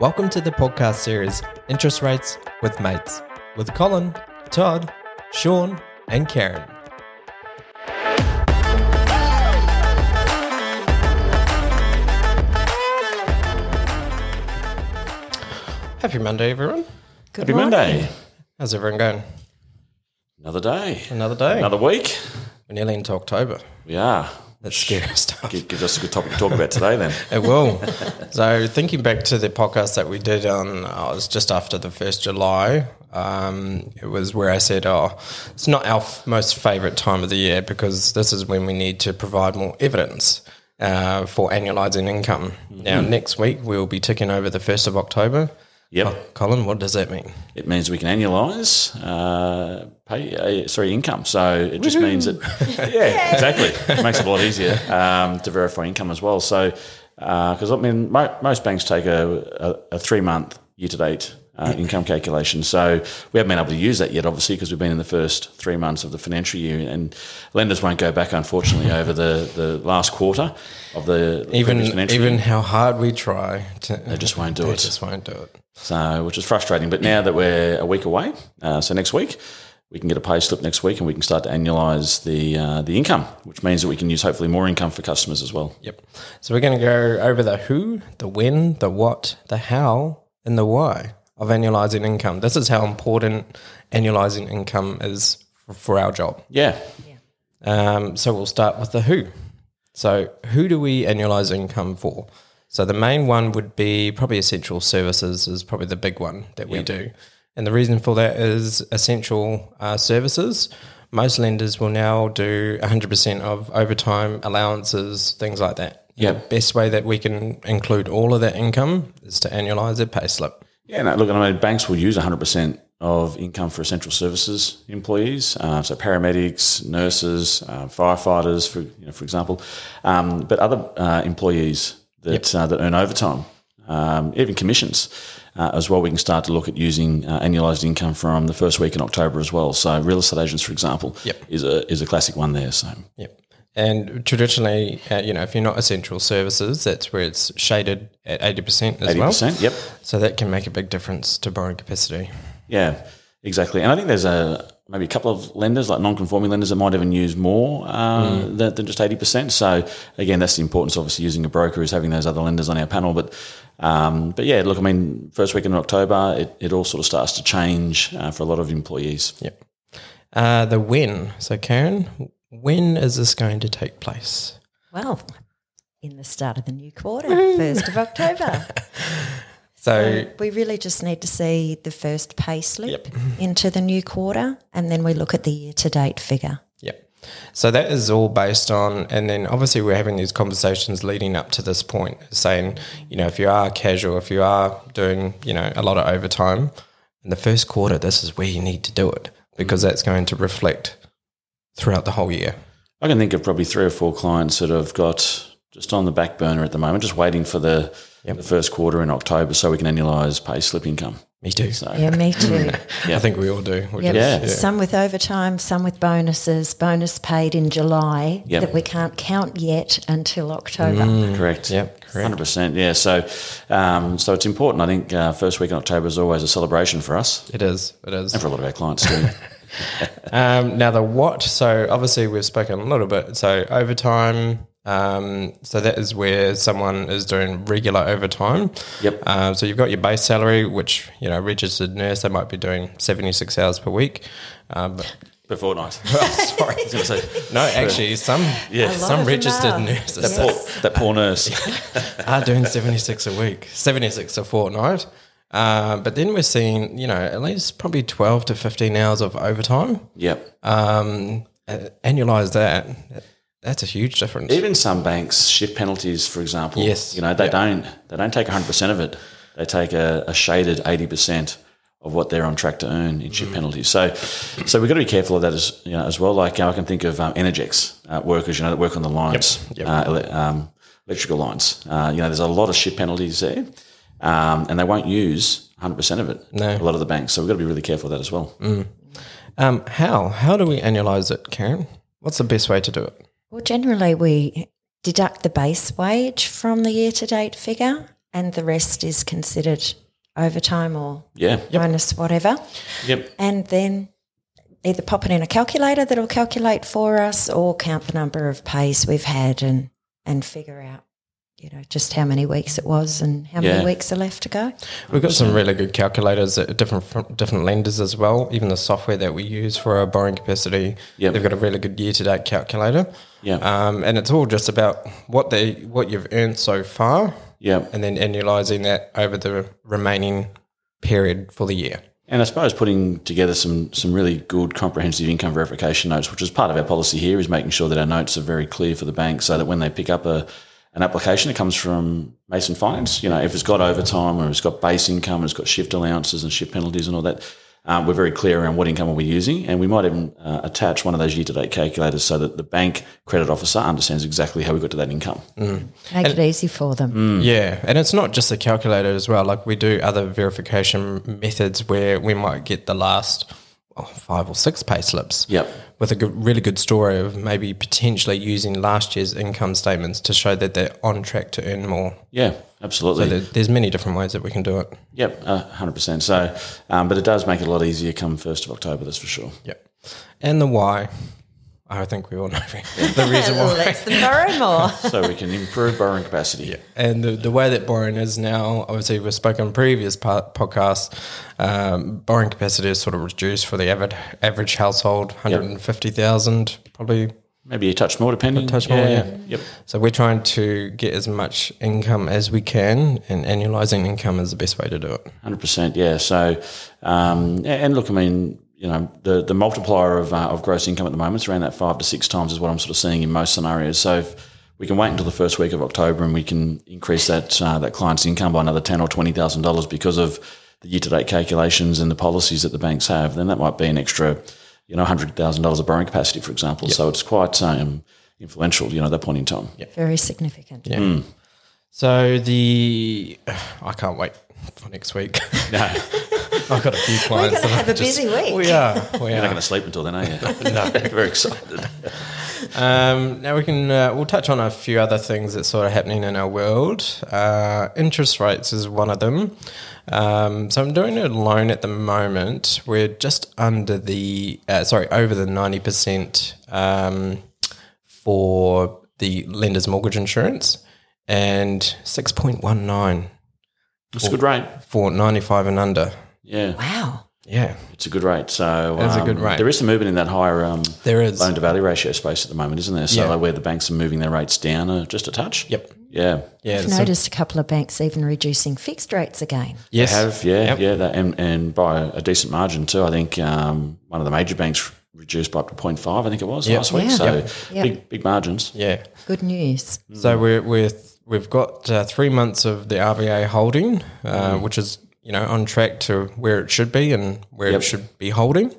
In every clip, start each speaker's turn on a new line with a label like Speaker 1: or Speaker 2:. Speaker 1: Welcome to the podcast series Interest Rates with Mates with Colin, Todd, Sean, and Karen. Happy Monday, everyone.
Speaker 2: Good
Speaker 3: Happy
Speaker 2: morning.
Speaker 3: Monday.
Speaker 1: How's everyone going?
Speaker 3: Another day.
Speaker 1: Another day.
Speaker 3: Another week.
Speaker 1: We're nearly into October.
Speaker 3: We are.
Speaker 1: That's scary stuff.
Speaker 3: It gives us a good topic to talk about today then.
Speaker 1: It will. so thinking back to the podcast that we did on, oh, it was just after the first July. Um, it was where I said, "Oh, it's not our f- most favourite time of the year because this is when we need to provide more evidence uh, for annualising income."
Speaker 3: Mm-hmm.
Speaker 1: Now, next week we will be ticking over the first of October.
Speaker 3: Yep.
Speaker 1: Co- Colin, what does that mean?
Speaker 3: It means we can annualise uh, pay uh, sorry income. So it just means that yeah, exactly. It makes it a lot easier um, to verify income as well. So because I mean mo- most banks take a, a, a three month year to date. Uh,
Speaker 1: Mm.
Speaker 3: income calculation. So we haven't been able to use that yet, obviously, because we've been in the first three months of the financial year, and lenders won't go back, unfortunately, over the, the last quarter of the
Speaker 1: Even
Speaker 3: previous financial
Speaker 1: even how hard we try, to, they
Speaker 3: just won't do it.
Speaker 1: Just won't do it.
Speaker 3: so which is frustrating. But now that we're a week away, uh, so next week we can get a pay slip next week, and we can start to annualise the uh, the income, which means that we can use hopefully more income for customers as well.
Speaker 1: Yep. So we're going to go over the who, the when, the what, the how, and the why of annualizing income. This is how important annualizing income is for, for our job.
Speaker 3: Yeah,
Speaker 1: Um, so we'll start with the who. So who do we annualize income for? So the main one would be probably essential services is probably the big one that we do. And the reason for that is essential uh, services. Most lenders will now do 100% of overtime allowances, things like that.
Speaker 3: Yeah.
Speaker 1: The best way that we can include all of that income is to annualize their pay slip.
Speaker 3: yeah. No, look, I mean, banks will use one hundred percent of income for essential services employees, uh, so paramedics, nurses, uh, firefighters, for you know, for example, um, but other uh, employees that uh, that earn overtime, um, even commissions. Uh, as well, we can start to look at using uh, annualised income from the first week in October as well. So, real estate agents, for example,
Speaker 1: Yep.
Speaker 3: is a is a classic one there. So,
Speaker 1: Yep. And traditionally, uh, you know, if you're not essential services, that's where it's shaded at 80% as
Speaker 3: eighty
Speaker 1: well.
Speaker 3: percent. Yep.
Speaker 1: So that can make a big difference to borrowing capacity.
Speaker 3: Yeah, exactly. And I think there's a maybe a couple of lenders, like non-conforming lenders, that might even use more uh, than, than just eighty percent. So again, that's the importance. Obviously, using a broker is having those other lenders on our panel. But um, but yeah, look, I mean, first week in October, it, it all sort of starts to change uh, for a lot of employees.
Speaker 1: Yep. Uh, the when. So, Karen, when is this going to take place?
Speaker 2: Well, in the start of the new quarter,
Speaker 3: Mm.
Speaker 2: 1st of October.
Speaker 1: So,
Speaker 2: we really just need to see the first pay slip into the new quarter and then we look at the year to date figure.
Speaker 1: Yep. So that is all based on, and then obviously we're having these conversations leading up to this point, saying, you know, if you are casual, if you are doing, you know, a lot of overtime in the first quarter, this is where you need to do it because
Speaker 3: Mm.
Speaker 1: that's going to reflect throughout the whole year.
Speaker 3: I can think of probably three or four clients that have got just on the back burner at the moment, just waiting for the, the first quarter in October, so we can annualise pay slip income.
Speaker 1: Me too.
Speaker 3: So
Speaker 2: Yeah, me too.
Speaker 1: I think we all do. which
Speaker 2: Yep.
Speaker 1: is-
Speaker 3: Yeah.
Speaker 2: Some with overtime, some with bonuses, bonus paid in July
Speaker 3: Yep. Mm.
Speaker 2: that we can't count yet until October.
Speaker 3: Correct.
Speaker 1: Yep, correct.
Speaker 3: Hundred percent. Yeah. So, um, so it's important. I think uh, first week in October is always a celebration for us
Speaker 1: It is. It is.
Speaker 3: and for a lot of our clients too.
Speaker 1: Um, now the what? So obviously we've spoken a little bit. So overtime. Um, so that is where someone is doing regular overtime.
Speaker 3: Yep.
Speaker 1: Um, so you've got your base salary, which you know registered nurse they might be doing seventy six hours per week. Um, but,
Speaker 3: per fortnight.
Speaker 1: sorry. No, actually, some
Speaker 2: A lot
Speaker 1: some
Speaker 2: of them
Speaker 1: registered
Speaker 2: are.
Speaker 1: nurses
Speaker 2: Yes.
Speaker 3: Poor, that poor nurse.
Speaker 1: are doing 76 a week, 76 a fortnight. Uh, but then we're seeing, you know, at least probably 12 to 15 hours of overtime.
Speaker 3: Yep.
Speaker 1: um, uh, annualize that. That's a huge difference.
Speaker 3: Even some banks shift penalties, for example.
Speaker 1: Yes.
Speaker 3: You know they don't they don't take hundred percent of it. They take a, a shaded eighty percent of what they're on track to earn in
Speaker 1: Mm.
Speaker 3: shift penalties. So, so we've got to be careful of that as you know as well. Like uh, I can think of um, Energex uh, workers, you know, that work on the lines, Uh, ele- um, electrical lines. Uh, you know, there's a lot of shift penalties there, um, and they won't use hundred percent of it.
Speaker 1: No. Mm.
Speaker 3: A lot of the banks. So we've got to be really careful of that as well.
Speaker 1: Um, how how do we annualize it, Karen? What's the best way to do it?
Speaker 2: Well, generally, we deduct the base wage from the year to date figure and the rest is considered overtime or
Speaker 3: Yeah.
Speaker 2: minus whatever.
Speaker 3: Yep.
Speaker 2: And then either pop it in a calculator that'll calculate for us or count the number of pays we've had and, and figure out, you know, just how many weeks it was and how
Speaker 3: Yeah.
Speaker 2: many weeks are left to go.
Speaker 1: We've got some really good calculators at different from different lenders as well. Even the software that we use for our borrowing capacity,
Speaker 3: Yep.
Speaker 1: they've got a really good year-to-date calculator,
Speaker 3: Yeah.
Speaker 1: um, and it's all just about what they what you've earned so far,
Speaker 3: yeah.
Speaker 1: and then annualizing that over the remaining period for the year.
Speaker 3: And I suppose putting together some some really good comprehensive income verification notes, which is part of our policy here, is making sure that our notes are very clear for the bank, so that when they pick up a an application, it comes from Mason Finance. You know, if it's got overtime or it's got base income, it's got shift allowances and shift penalties and all that. Um, we're very clear around what income are we using, and we might even uh, attach one of those year-to-date calculators so that the bank credit officer understands exactly how we got to that income.
Speaker 2: Make it easy for them.
Speaker 1: Mm.
Speaker 3: Hmm.
Speaker 1: Yeah, and it's not just the calculator as well. Like we do other verification methods where we might get the last oh, five or six pay slips.
Speaker 3: Yep.
Speaker 1: With a good, really good story of maybe potentially using last year's income statements to show that they're on track to earn more.
Speaker 3: Yeah, absolutely.
Speaker 1: There- There's many different ways that we can do it.
Speaker 3: Yep, hundred percent. So, um, but it does make it a lot easier come first of October. That's for sure.
Speaker 1: Yep. And the why, I think we all know the reason why.
Speaker 2: Let's borrow more.
Speaker 3: So we can improve borrowing capacity.
Speaker 1: And the, the way that borrowing is now, obviously, we've spoken in previous po- podcasts, um, borrowing capacity is sort of reduced for the average, average household, 150,000 probably.
Speaker 3: Maybe a touch more, depending.
Speaker 1: touch more, yeah.
Speaker 3: Yep.
Speaker 1: So we're trying to get as much income as we can, and annualizing income is the best way to do it.
Speaker 3: Hundred percent. Yeah. So, um, a- and look, I mean, you know, the the multiplier of uh, of gross income at the moment is around that five to six times is what I'm sort of seeing in most scenarios. So. If, we can wait until the first week of October, and we can increase that uh, that client's income by another ten or twenty thousand dollars because of the year-to-date calculations and the policies that the banks have. Then that might be an extra, you know, hundred thousand dollars of borrowing capacity, for example. So it's quite um, influential, you know, at that point in time.
Speaker 2: Very significant.
Speaker 1: Yeah. So the, I can't wait for next week.
Speaker 3: No, you're
Speaker 1: I've got a few
Speaker 2: We're
Speaker 1: clients.
Speaker 2: going to
Speaker 1: that
Speaker 2: have a
Speaker 1: I've just-
Speaker 2: busy week.
Speaker 1: We are. We
Speaker 3: not
Speaker 1: are.
Speaker 3: going to sleep until then, are you? no, very excited.
Speaker 1: Um, now we can uh, we'll touch on a few other things that's sort of happening in our world. Uh, interest rates is one of them. Um, so I'm doing a loan at the moment. We're just under the uh, sorry over the ninety percent um, for the lender's mortgage insurance and six point one nine
Speaker 3: It's a good rate.
Speaker 1: for ninety five and under.
Speaker 3: Yeah,
Speaker 2: Wow.
Speaker 1: Yeah,
Speaker 3: it's a good rate. So
Speaker 1: It's a
Speaker 3: um,
Speaker 1: good rate.
Speaker 3: There is some movement in that higher um,
Speaker 1: there is.
Speaker 3: loan to value ratio space at the moment, isn't there? So
Speaker 1: Yeah.
Speaker 3: where the banks are moving their rates down uh, just a touch.
Speaker 1: Yep.
Speaker 3: Yeah.
Speaker 1: Yeah.
Speaker 2: I've
Speaker 1: so-
Speaker 2: noticed a couple of banks even reducing fixed rates again.
Speaker 1: yes.
Speaker 3: Have yeah
Speaker 1: Yep.
Speaker 3: yeah that, and and by a decent margin too. I think um, one of the major banks reduced by up to 0.5, I think it was
Speaker 1: Yep.
Speaker 3: last week.
Speaker 2: Yeah.
Speaker 3: So
Speaker 2: Yep.
Speaker 3: big big margins.
Speaker 1: Yeah.
Speaker 2: Good news.
Speaker 3: Hmm.
Speaker 1: So we're, we're we've got uh, three months of the RBA holding,
Speaker 3: Hmm.
Speaker 1: uh, which is you know on track to where it should be and where
Speaker 3: Yep.
Speaker 1: it should be holding.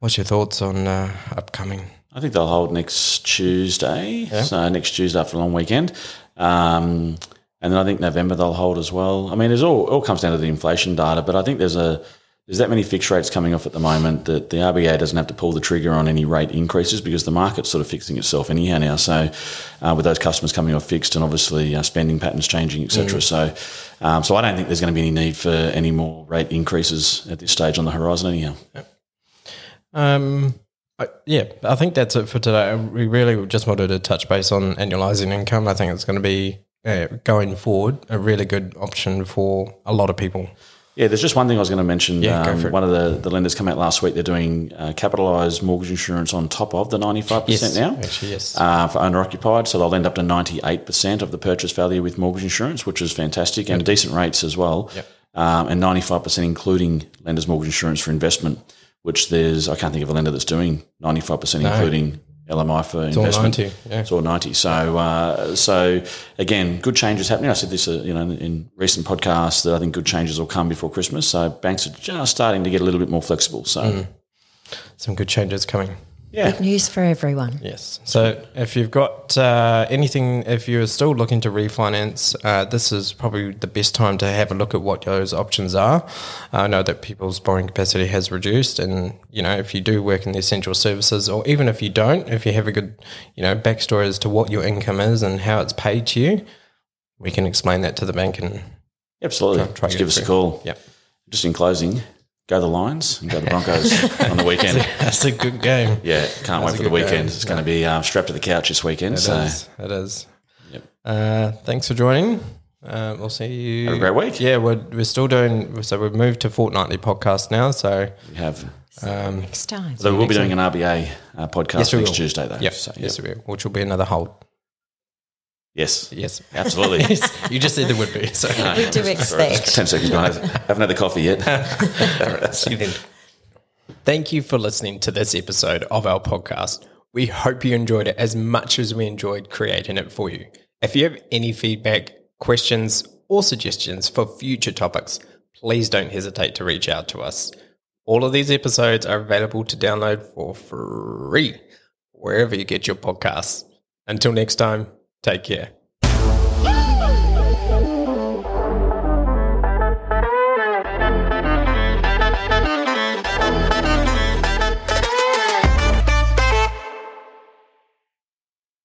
Speaker 1: What's your thoughts on uh, upcoming?
Speaker 3: I think they'll hold next Tuesday. So next Tuesday after a long weekend. Um, and then I think November they'll hold as well. I mean, it's all it all comes down to the inflation data, but I think there's a there's that many fixed rates coming off at the moment that the RBA doesn't have to pull the trigger on any rate increases because the market's sort of fixing itself anyhow now. So uh, with those customers coming off fixed and obviously uh, spending patterns changing, etc. So um, so I don't think there's going to be any need for any more rate increases at this stage on the horizon anyhow.
Speaker 1: Um, I, yeah, I think that's it for today. We really just wanted to touch base on annualizing income. I think it's going to be uh, going forward a really good option for a lot of people.
Speaker 3: Yeah, there's just one thing I was going to mention.
Speaker 1: Yeah, go
Speaker 3: um,
Speaker 1: for it.
Speaker 3: One of the, the lenders come out last week. They're doing uh, capitalised mortgage insurance on top of the 95% now
Speaker 1: actually, yes.
Speaker 3: uh, for owner occupied. So they'll end up to 98% of the purchase value with mortgage insurance, which is fantastic and decent rates as well. Um, and 95% including lender's mortgage insurance for investment, which there's, I can't think of a lender that's doing 95% including LMI for
Speaker 1: all
Speaker 3: investment.
Speaker 1: 90, yeah.
Speaker 3: It's all 90. So, uh, so again, good changes happening. I said this, uh, you know, in, in recent podcasts that I think good changes will come before Christmas. So banks are just starting to get a little bit more flexible. So,
Speaker 1: Mm. Some good changes coming.
Speaker 3: yeah.
Speaker 2: Good news for everyone.
Speaker 1: Yes. So if you've got uh, anything, if you're still looking to refinance, uh, this is probably the best time to have a look at what those options are. I know that people's borrowing capacity has reduced, and you know if you do work in the essential services, or even if you don't, if you have a good, you know, backstory as to what your income is and how it's paid to you, we can explain that to the bank and
Speaker 3: Absolutely.
Speaker 1: Try- try
Speaker 3: Just
Speaker 1: get
Speaker 3: give us a
Speaker 1: through.
Speaker 3: call.
Speaker 1: Yep.
Speaker 3: Just in closing, go the Lions and go the Broncos on the weekend.
Speaker 1: that's a good game.
Speaker 3: Yeah, can't wait
Speaker 1: a
Speaker 3: for the
Speaker 1: good
Speaker 3: weekend.
Speaker 1: game.
Speaker 3: It's going to be um, strapped to the couch this weekend.
Speaker 1: It
Speaker 3: so
Speaker 1: is. It is.
Speaker 3: Yep.
Speaker 1: Uh, thanks for joining. Uh, we'll see you.
Speaker 3: Have a great week.
Speaker 1: Yeah, we're, we're still doing. So we've moved to fortnightly podcast now. So
Speaker 3: we have.
Speaker 1: um,
Speaker 2: next time.
Speaker 3: So we'll be doing an RBA uh, podcast
Speaker 1: Yes, we
Speaker 3: next
Speaker 1: will.
Speaker 3: Tuesday, though.
Speaker 1: yep,
Speaker 3: So,
Speaker 1: yes,
Speaker 3: yep.
Speaker 1: we will, which will be another hold.
Speaker 3: Yes.
Speaker 1: Yes,
Speaker 3: Absolutely.
Speaker 1: you just said there would be. So
Speaker 2: We do
Speaker 3: Sorry,
Speaker 2: expect.
Speaker 3: just Ten seconds behind. Haven't had the coffee yet.
Speaker 1: See you then. Thank you for listening to this episode of our podcast. We hope you enjoyed it as much as we enjoyed creating it for you. If you have any feedback, questions, or suggestions for future topics, please don't hesitate to reach out to us. All of these episodes are available to download for free wherever you get your podcasts. Until next time, take care.